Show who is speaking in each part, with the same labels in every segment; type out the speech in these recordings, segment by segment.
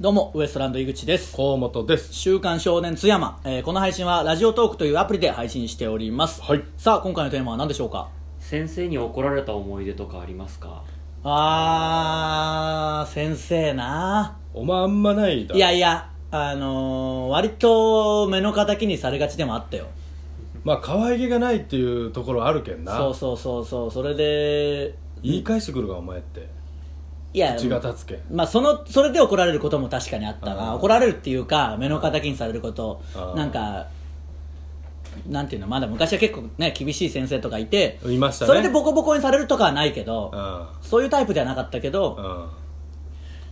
Speaker 1: どうもウエストランド井口です
Speaker 2: 河本です
Speaker 1: 週刊少年津山、えーこの配信はラジオトークというアプリで配信しております、
Speaker 2: はい
Speaker 1: さあ今回のテーマは何でしょうか
Speaker 3: 先生に怒られた思い出とかありますか
Speaker 1: あー先生な
Speaker 2: お前あんまないだろ
Speaker 1: いやいやあのー、割と目の敵にされがちでもあったよ
Speaker 2: まあ可愛げがないっていうところあるけんな
Speaker 1: そうそうそうそうそれで
Speaker 2: 言い返してくるがお前って
Speaker 1: いや
Speaker 2: 口が立つけん
Speaker 1: まあ、そのそれで怒られることも確かにあった
Speaker 2: あ
Speaker 1: な
Speaker 2: ー
Speaker 1: 怒られるっていうか目の敵にされること
Speaker 2: あー
Speaker 1: なんかなんていうのまだ昔は結構ね厳しい先生とかいて
Speaker 2: いましたね
Speaker 1: それでボコボコにされるとかはないけ
Speaker 2: う
Speaker 1: ど
Speaker 2: ん
Speaker 1: そういうタイプではなかったけ
Speaker 2: う
Speaker 1: ど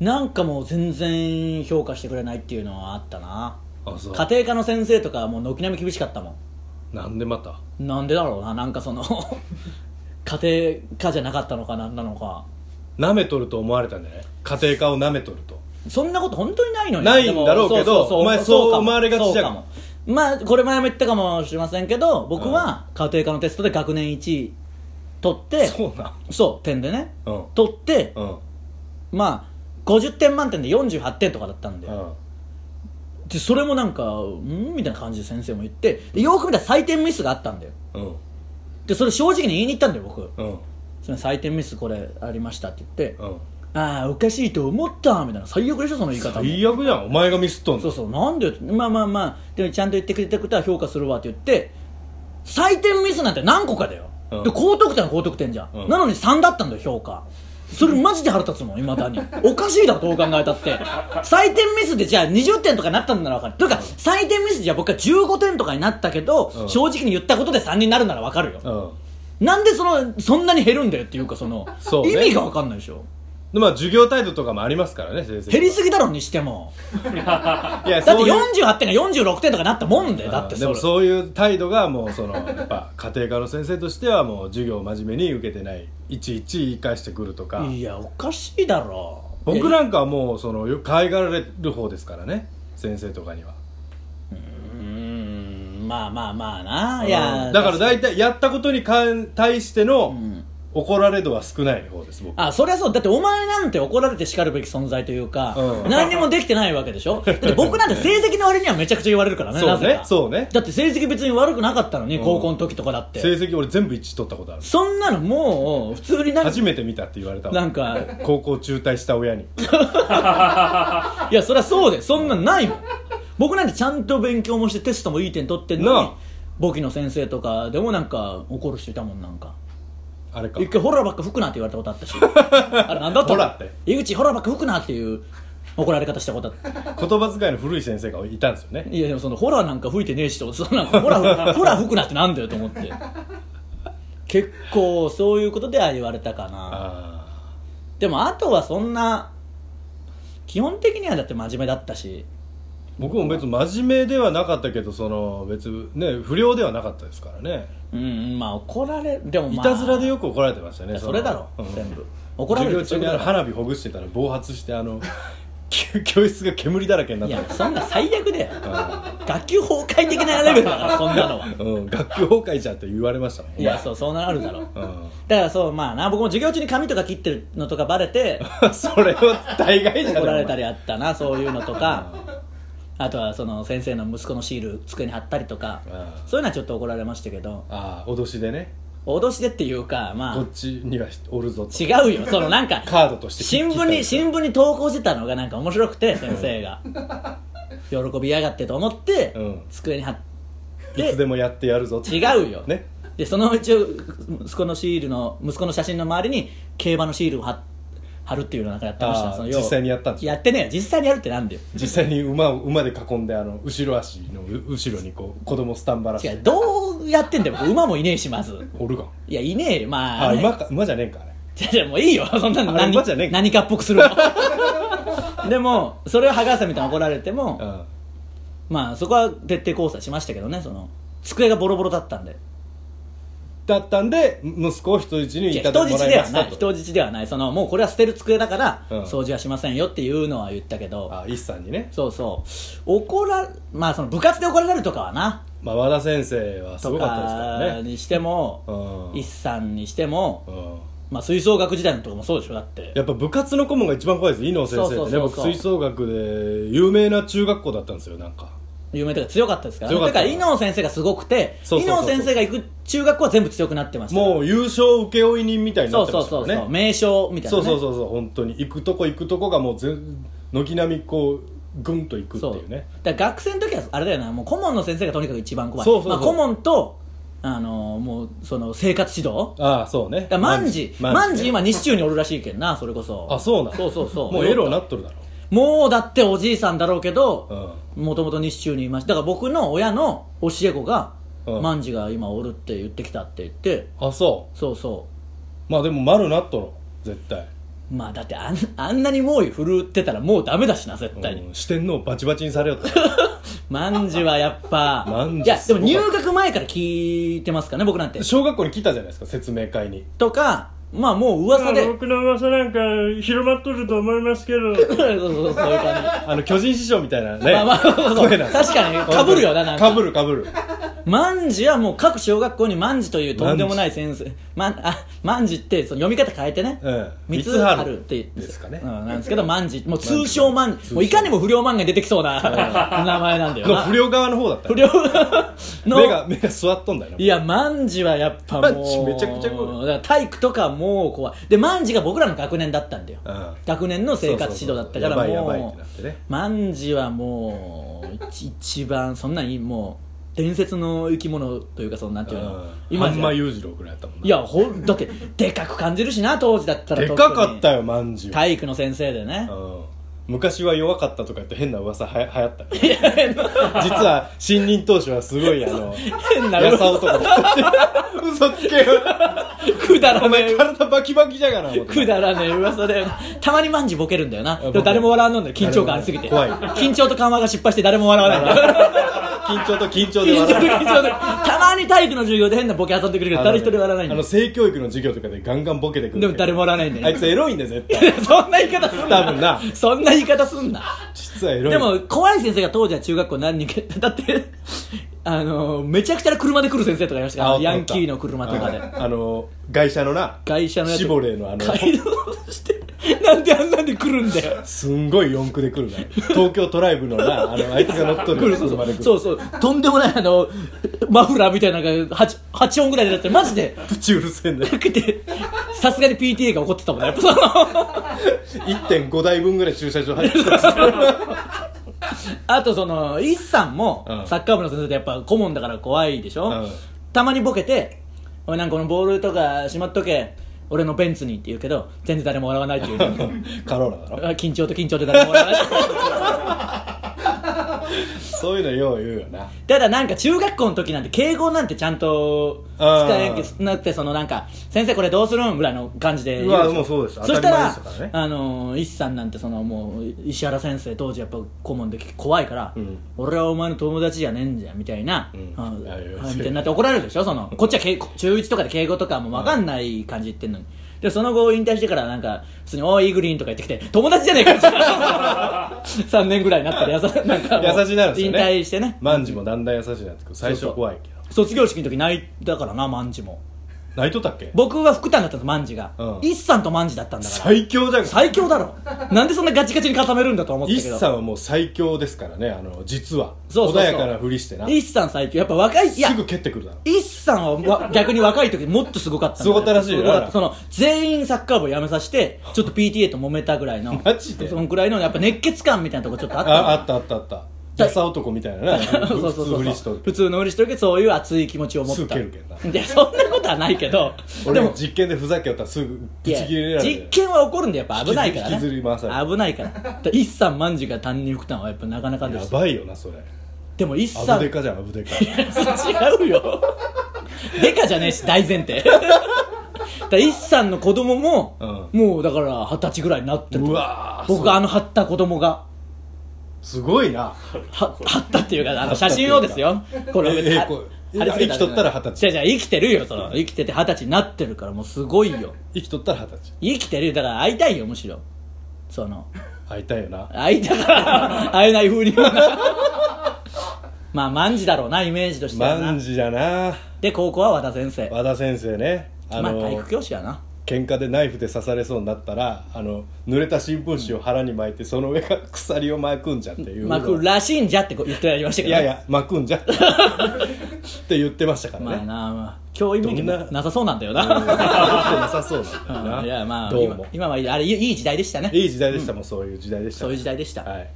Speaker 2: ん
Speaker 1: なんかもう全然評価してくれないっていうのはあったな
Speaker 2: あそう
Speaker 1: 家庭科の先生とかはもう軒並み厳しかったも
Speaker 2: なんでまた
Speaker 1: んなんでだろうななんかその 家庭科じゃなかったのかなんなのか
Speaker 2: 舐めとると思われたんじゃない家庭科を舐めとると
Speaker 1: そんなこと本当にないのに
Speaker 2: ないんだろうけど
Speaker 1: でも
Speaker 2: お前そう思われがちじゃん
Speaker 1: そうかもまあこれ前も言ったかもしれませんけど僕は家庭科のテストで学年1位取ってそう
Speaker 2: うなん
Speaker 1: 点でね、
Speaker 2: うん
Speaker 1: 取って
Speaker 2: うん
Speaker 1: まあ50点満点で48点とかだったんで,、
Speaker 2: うん
Speaker 1: でそれもなんかんみたいな感じで先生も言ってでよく見たら採点ミスがあったんだよ
Speaker 2: うん
Speaker 1: でそれ正直に言いに行ったんだよ僕
Speaker 2: うん
Speaker 1: その採点ミスこれありましたって言って、
Speaker 2: うん
Speaker 1: ああおかしいと思ったみたいな最悪でしょその言い方も
Speaker 2: 最悪じゃんお前がミスっとん
Speaker 1: そう
Speaker 2: の
Speaker 1: そうなんでまあまあまあでもちゃんと言ってくれたことは評価するわって言って採点ミスなんて何個かだよ、
Speaker 2: うん
Speaker 1: で高得点は高得点じゃん、
Speaker 2: うん
Speaker 1: なのに3だったんだよ評価それマジで腹立つもんいまだにおかしいだろどう考えたって採点ミスでじゃあ20点とかなったんなら分かるというか採点ミスでじゃあ僕は15点とかになったけど、
Speaker 2: うん
Speaker 1: 正直に言ったことで3になるなら分かるよ、
Speaker 2: うん
Speaker 1: なんでそのそんなに減るんだよっていうかその
Speaker 2: そうね
Speaker 1: 意味が分かんないでしょ
Speaker 2: でまあ授業態度とかもありますからね先生
Speaker 1: 減りすぎだろにしても
Speaker 2: いや
Speaker 1: だって
Speaker 2: そういう
Speaker 1: 48点が46点とかなったもんでだって
Speaker 2: う
Speaker 1: そ
Speaker 2: んで
Speaker 1: れ
Speaker 2: もそういう態度がもうそのやっぱ家庭科の先生としてはもう授業を真面目に受けてないいちいち言い返してくるとか
Speaker 1: いやおかしいだろ
Speaker 2: 僕
Speaker 1: ら
Speaker 2: なんかはもうそのよく可愛がられる方ですからね先生とかには
Speaker 1: うーんまあまあまあない
Speaker 2: うん
Speaker 1: や
Speaker 2: だから
Speaker 1: だ
Speaker 2: 大体やったことに関対しての
Speaker 1: ん
Speaker 2: 怒られ度は少ない方です僕
Speaker 1: あそりゃそうだってお前なんて怒られて叱るべき存在というか、
Speaker 2: うん
Speaker 1: 何にもできてないわけでしょだって僕なんて成績の割にはめちゃくちゃ言われるからね
Speaker 2: そうね
Speaker 1: なぜか
Speaker 2: そうね
Speaker 1: だって成績別に悪くなかったのに、
Speaker 2: うん
Speaker 1: 高校の時とかだって
Speaker 2: 成績俺全部一致取ったことある
Speaker 1: そんなのもう普通になんか
Speaker 2: 初めて見たって言われたわ
Speaker 1: なんか
Speaker 2: 高校中退した親に
Speaker 1: いやそりゃそうでそんなんないもん僕なんてちゃんと勉強もしてテストもいい点取ってんのに
Speaker 2: なあ
Speaker 1: 簿記の先生とかでもなんか怒る人いたもんなんか
Speaker 2: あれか
Speaker 1: 一回ホラーばっか吹くなって言われたことあっ たしあれなんだったの
Speaker 2: ホラーって
Speaker 1: 井口ホラーばっか吹くなっていう怒られ方したことあった
Speaker 2: 言葉遣いの古い先生がいたんですよね
Speaker 1: いやでもそのホラーなんか吹いてねえしとそんなホラー ホラー吹くなってなんだよと思って結構そういうことでは言われたかな
Speaker 2: あ
Speaker 1: でもあとはそんな基本的にはだって真面目だったし
Speaker 2: ー僕も別に真面目ではなかったけどその別にね不良ではなかったですからね
Speaker 1: うんまあ怒られでも
Speaker 2: い
Speaker 1: まあ
Speaker 2: たずらでよく怒られてましたね
Speaker 1: そ
Speaker 2: の
Speaker 1: れだろ、
Speaker 2: うん
Speaker 1: 全部怒られるってそ
Speaker 2: 授
Speaker 1: う
Speaker 2: 業
Speaker 1: いう
Speaker 2: 中
Speaker 1: ことだろ
Speaker 2: にあの 花火ほぐしてたら暴発してあの教室が煙だらけにないっ
Speaker 1: やそんな最悪だよ学級崩壊的なレベルだからそんなのは
Speaker 2: たうん学級崩壊じゃんって言われましたもん
Speaker 1: いやそうそうなるだろう
Speaker 2: う、ん、
Speaker 1: だからそうまあな僕も授業中に髪とか切ってるのとかバレて
Speaker 2: それは大概じゃん
Speaker 1: 怒られたりあった なそういうのとかあとはその先生の息子のシール机に貼ったりとか
Speaker 2: あ
Speaker 1: そういうのはちょっと怒られましたけど
Speaker 2: ああ脅しでね
Speaker 1: 脅しでっていうかま
Speaker 2: こ
Speaker 1: あ
Speaker 2: っちにはおるぞと
Speaker 1: 違うよそのなんか
Speaker 2: カードとして
Speaker 1: 新聞に
Speaker 2: 聞
Speaker 1: 新聞に投稿してたのがなんか面白くて先生 が喜びやがってと思って、
Speaker 2: うん
Speaker 1: 机に貼っ
Speaker 2: いつで
Speaker 1: て
Speaker 2: もやってやるぞって
Speaker 1: 違うよ
Speaker 2: ね
Speaker 1: でそのうち息子のシールの息子の写真の周りに競馬のシールを貼っ貼るっていうのをなんかやってました
Speaker 2: あー
Speaker 1: その要は
Speaker 2: 実際にやったんですか
Speaker 1: やってねえよ実際にやるってなんだよ
Speaker 2: 実際に馬を馬で囲んであの後ろ足の後ろにこう子供スタンバラし
Speaker 1: 違う
Speaker 2: て
Speaker 1: どうやってんだよ僕馬もいねえしまず
Speaker 2: おるがん
Speaker 1: いやいねえよまあ
Speaker 2: あ馬か馬じゃねえんかあれ
Speaker 1: じゃじゃもういいよ そんなの
Speaker 2: あれ
Speaker 1: 何
Speaker 2: 馬じゃねえ
Speaker 1: 何かっぽくするの でもそれを剥がせみたいな怒られても、
Speaker 2: うん
Speaker 1: まあそこは徹底交差しましたけどねその机がボロボロだったんで
Speaker 2: だったんで息子を人質に
Speaker 1: い
Speaker 2: い
Speaker 1: や
Speaker 2: た
Speaker 1: 人
Speaker 2: だいて
Speaker 1: 質
Speaker 2: もら
Speaker 1: で
Speaker 2: いま
Speaker 1: は
Speaker 2: し
Speaker 1: な
Speaker 2: た
Speaker 1: い
Speaker 2: と
Speaker 1: 人質ではないそのもうこれは捨てる机だから、
Speaker 2: うん
Speaker 1: 掃除はしませんよっていうのは言ったけど
Speaker 2: あ一さんにね、
Speaker 1: そうそう怒らまあその部活で怒られるとかはな
Speaker 2: まあ、和田先生はす
Speaker 1: と
Speaker 2: ごかったですから
Speaker 1: か
Speaker 2: ね
Speaker 1: にしても
Speaker 2: うん
Speaker 1: 一さんにしても
Speaker 2: うん
Speaker 1: まあ吹奏楽時代のとかもそうでしょだって
Speaker 2: やっぱ部活の顧問が一番怖いです伊野先生ってね
Speaker 1: そうそうそうそう
Speaker 2: 僕吹奏楽で有名な中学校だったんですよなんか
Speaker 1: 有名というか強かったですからね
Speaker 2: 強か
Speaker 1: だ
Speaker 2: った
Speaker 1: から伊能先生がすごくて
Speaker 2: そう
Speaker 1: 伊
Speaker 2: そうそう
Speaker 1: 能
Speaker 2: そう
Speaker 1: 先生が行く中学校は全部強くなってましたから
Speaker 2: もう優勝請負人みたいにな
Speaker 1: そう
Speaker 2: ってま
Speaker 1: そう
Speaker 2: したか
Speaker 1: そうそ
Speaker 2: らね
Speaker 1: う名称みたいな
Speaker 2: そう
Speaker 1: ね
Speaker 2: そうそうそう本当に行くとこ行くとこがもう全軒並みこうぐんと行くって
Speaker 1: そう
Speaker 2: いうね
Speaker 1: だから学生の時はあれだよなもう顧問の先生がとにかく一番怖い
Speaker 2: そうそうそ
Speaker 1: まあ、
Speaker 2: う
Speaker 1: 顧問とあのーもうその生活指導
Speaker 2: ああそうね
Speaker 1: だから万事万事
Speaker 2: ね
Speaker 1: 今西中におるらしいけんなそれこそ
Speaker 2: あそうなん
Speaker 1: そうそうそう
Speaker 2: もうエロなっとるだろ
Speaker 1: もうだっておじいさんだろうけ
Speaker 2: う
Speaker 1: ど
Speaker 2: ん
Speaker 1: もともと西中にいましただから僕の親の教え子が
Speaker 2: うん
Speaker 1: 万事が今おるって言ってきたって言って
Speaker 2: あそ
Speaker 1: そうそう
Speaker 2: まあでも丸なっとろ絶対
Speaker 1: うまあだってあんあんなに猛威振るってたらもうダメだしな絶対に、
Speaker 2: うん四天王バチバチにされよった
Speaker 1: 万事はやっぱ
Speaker 2: 万事
Speaker 1: いやです
Speaker 2: ご
Speaker 1: も
Speaker 2: かった
Speaker 1: 入学前から聞いてますからね僕なんて
Speaker 2: 小学校に来たじゃないですか説明会に
Speaker 1: とかまあもう噂でそう
Speaker 3: 僕の噂なんか広まっとると思いますけど
Speaker 1: そうそうそういう感じ
Speaker 2: あの巨人師匠みたいな ね、
Speaker 1: まあまあそうそう
Speaker 2: 声なんです
Speaker 1: 確かにかぶるよななんか
Speaker 2: かぶるかぶる
Speaker 1: 万事はもう各小学校に万事というとんでもない先生万あ万事ってその読み方変えてね、
Speaker 2: うん
Speaker 1: 三つあるって言うん
Speaker 2: ですかね
Speaker 1: うん、なんですけど万事もう通称万事もういかにも不良漫画に出てきそうな名前なんだよ
Speaker 2: の
Speaker 1: な
Speaker 2: 不良側の方だった
Speaker 1: 不良 の
Speaker 2: 目が目が座っとんだよない
Speaker 1: や万事はやっぱ
Speaker 2: 万
Speaker 1: も
Speaker 2: 事
Speaker 1: う
Speaker 2: めちゃくちゃ怖
Speaker 1: だ
Speaker 2: い
Speaker 1: から体育とかもう怖いで万事が僕らの学年だったんだよ、
Speaker 2: うん
Speaker 1: 学年の生活指導だったからもう
Speaker 2: そうそうそうやばいやばいってなってね
Speaker 1: 万事はもう一一番そんなんいいもう伝説の生き物というかそのなんていうの、
Speaker 2: 今
Speaker 1: じゃ
Speaker 2: 半間裕次郎ぐらいやったもんない
Speaker 1: やほんだってでかく感じるしな当時だったら
Speaker 2: で
Speaker 1: 特に
Speaker 2: かかったよまんじゅう
Speaker 1: 体育の先生でね
Speaker 2: うん昔は弱かったとか言って変な噂はや流行った実 は新任当初はすごいあの
Speaker 1: 変 な
Speaker 2: やさ男だったって嘘つけよ
Speaker 1: くだら
Speaker 2: お
Speaker 1: ね
Speaker 2: 前体バキバキじゃがな思っ
Speaker 1: え
Speaker 2: て
Speaker 1: くだらねえ噂だよなたまに万事ボケるんだよな
Speaker 2: ボケ
Speaker 1: でも誰も笑わんのだよ緊張感ありすぎて
Speaker 2: 怖い
Speaker 1: 緊張と緩和が失敗して誰も笑わないんだよ
Speaker 2: 緊張と緊張で
Speaker 1: 緊張
Speaker 2: 笑
Speaker 1: で
Speaker 2: う
Speaker 1: 緊張でたまに体育の授業で変なボケ遊んでくるけど誰一人笑わないん
Speaker 2: あ
Speaker 1: だ
Speaker 2: の
Speaker 1: よ
Speaker 2: 性教育の授業とかでガンガンボケてくる
Speaker 1: でも誰も笑わないん
Speaker 2: あ
Speaker 1: だ
Speaker 2: い
Speaker 1: よ
Speaker 2: つエロいんだよ絶対
Speaker 1: そんな言い方すんな
Speaker 2: 多分な
Speaker 1: そんな言い方すんな
Speaker 2: 実はエロい
Speaker 1: でも怖い先生が当時は中学校何人か だってあのめちゃくちゃな車で来る先生とかいましたから
Speaker 2: あ
Speaker 1: ヤンキーの車とかで
Speaker 2: あの外車のな
Speaker 1: 外車のやつ
Speaker 2: シボレーのあの
Speaker 1: 街道してなんであんなんで来るんだよ
Speaker 2: すんごい四駆で来るな東京トライブ のなあのあいつが乗っとる
Speaker 1: 来るそう
Speaker 2: 車で来る
Speaker 1: そうそうとんでもないあのマフラーみたいなのが 8, 8音ぐらいでだってマジで
Speaker 2: プチうるせえんだよ
Speaker 1: かけてさすがに PTA が怒ってたもんねやっぱその
Speaker 2: 1.5台分ぐらい駐車場入って る
Speaker 1: あとその一さんも
Speaker 2: うん
Speaker 1: サッカー部の先生ってやっぱ顧問だから怖いでしょ、
Speaker 2: うん
Speaker 1: たまにボケて「おいなんかこのボールとかしまっとけ俺のベンツに」って言うけど全然誰も笑わないっていう
Speaker 2: カローラだろ
Speaker 1: あ緊張と緊張で誰も笑わない
Speaker 2: そういうのよう言うよな
Speaker 1: ただなんか中学校の時なんて敬語なんてちゃんと使えんけ
Speaker 2: あ
Speaker 1: なくてそのなんか「先生これどうするん?」ぐらいの感じで言
Speaker 2: う
Speaker 1: で
Speaker 2: わ
Speaker 1: しょ
Speaker 2: もうそうです
Speaker 1: そしたら
Speaker 2: 当たり前でしたか
Speaker 1: あの一さんなんてそのもう石原先生当時やっぱ顧問で怖いから、
Speaker 2: うん
Speaker 1: 俺はお前の友達じゃねえんじゃんみたいな、
Speaker 2: うん
Speaker 1: あ
Speaker 2: いやいや
Speaker 1: はいみたいになって怒られるでしょそのこっちは敬語中1とかで敬語とかも分かんない感じ言ってんのに。でその後引退してからなんか普通に「おーイーグリーン」とか言ってきて友達じゃねえか 3年ぐらいになったらやさなんかもう
Speaker 2: 優しいなるんですよね
Speaker 1: 引退してね
Speaker 2: 万事もだんだん優しいなってくる最初怖いけど
Speaker 1: 卒業式の時泣いたからな万事も
Speaker 2: 泣いとったっけ
Speaker 1: 僕は福旦だったと万事が、
Speaker 2: うん
Speaker 1: 一さんと万事だったんだから
Speaker 2: 最強じゃん
Speaker 1: 最強だろなんでそんなガチガチに固めるんだと思った
Speaker 2: 一
Speaker 1: けど
Speaker 2: さんはもう最強ですからねあの実は
Speaker 1: そうそうそう
Speaker 2: 穏やかなふりしてな
Speaker 1: 一さん最強やっぱ若いいや
Speaker 2: すぐ蹴ってくるだろ
Speaker 1: 一さんは わ逆に若い時もっとすごかったんだよ
Speaker 2: すごかったらしいよ
Speaker 1: すごかった
Speaker 2: あら
Speaker 1: その全員サッカー部を辞めさせてちょっと PTA と揉めたぐらいの
Speaker 2: マジで
Speaker 1: そのぐらいのやっぱ熱血感みたいなとこちょっとあったの
Speaker 2: ああったあったあったダサ男みたい なな
Speaker 1: そうそうそうそう
Speaker 2: 普通ふりしとる
Speaker 1: 普通の売りしとるけどそういう熱い気持ちを持った
Speaker 2: すぐ蹴るけ
Speaker 1: い
Speaker 2: ど
Speaker 1: やそんなことはないけど
Speaker 2: 俺も実験でふざけよったらすぐ
Speaker 1: い
Speaker 2: ぶ
Speaker 1: や
Speaker 2: ち切れられる
Speaker 1: 実験は起こるんでやっぱ危ないからね
Speaker 2: 引きずり回される
Speaker 1: 危ないからだから一さん万事が担任副担はやっぱなかなかで
Speaker 2: や
Speaker 1: す
Speaker 2: ばいよなそれ
Speaker 1: でも一
Speaker 2: ア
Speaker 1: さん
Speaker 2: ブデカじゃんアブデカ
Speaker 1: 違うよデカじゃねえし大前提 だから一さんの子供も、もうだから二十歳ぐらいになってる
Speaker 2: うわー
Speaker 1: 僕あの張った子供が
Speaker 2: すごいな
Speaker 1: は張ったっていうかあの写真をですよこれ別に
Speaker 2: ええ
Speaker 1: は
Speaker 2: こう
Speaker 1: 貼り付け
Speaker 2: 生きとったら二十歳
Speaker 1: じゃじゃ生きてるよその生きてて二十歳になってるからもうすごいよ
Speaker 2: 生きとったら二十歳
Speaker 1: 生きてるよだから会いたいよむしろその
Speaker 2: 会いたいよな
Speaker 1: 会いたから会えない風にもな まあ万事だろうなイメージとしてはな
Speaker 2: 万事じゃな
Speaker 1: で高校は和田先生
Speaker 2: 和田先生ねあ
Speaker 1: まあ
Speaker 2: の
Speaker 1: 体育教師やな
Speaker 2: 喧嘩でナイフで刺されそうになったらあの濡れた新聞紙を腹に巻いてその上から鎖を巻くんじゃっていう
Speaker 1: まくらしいんじゃってこう言ってやりましたけ
Speaker 2: い
Speaker 1: ど、
Speaker 2: やいや巻くんじゃって言ってましたから
Speaker 1: まあ
Speaker 2: ね
Speaker 1: な、まあ、教員免許
Speaker 2: どんな
Speaker 1: なさそうなんだよな、
Speaker 2: なさそうなんだよ
Speaker 1: う
Speaker 2: な ん
Speaker 1: いやまあ
Speaker 2: どうも
Speaker 1: 今今はいいあれいい時代でしたね
Speaker 2: いい時代でしたもんそういう時代でした
Speaker 1: そういう時代でした、
Speaker 2: はい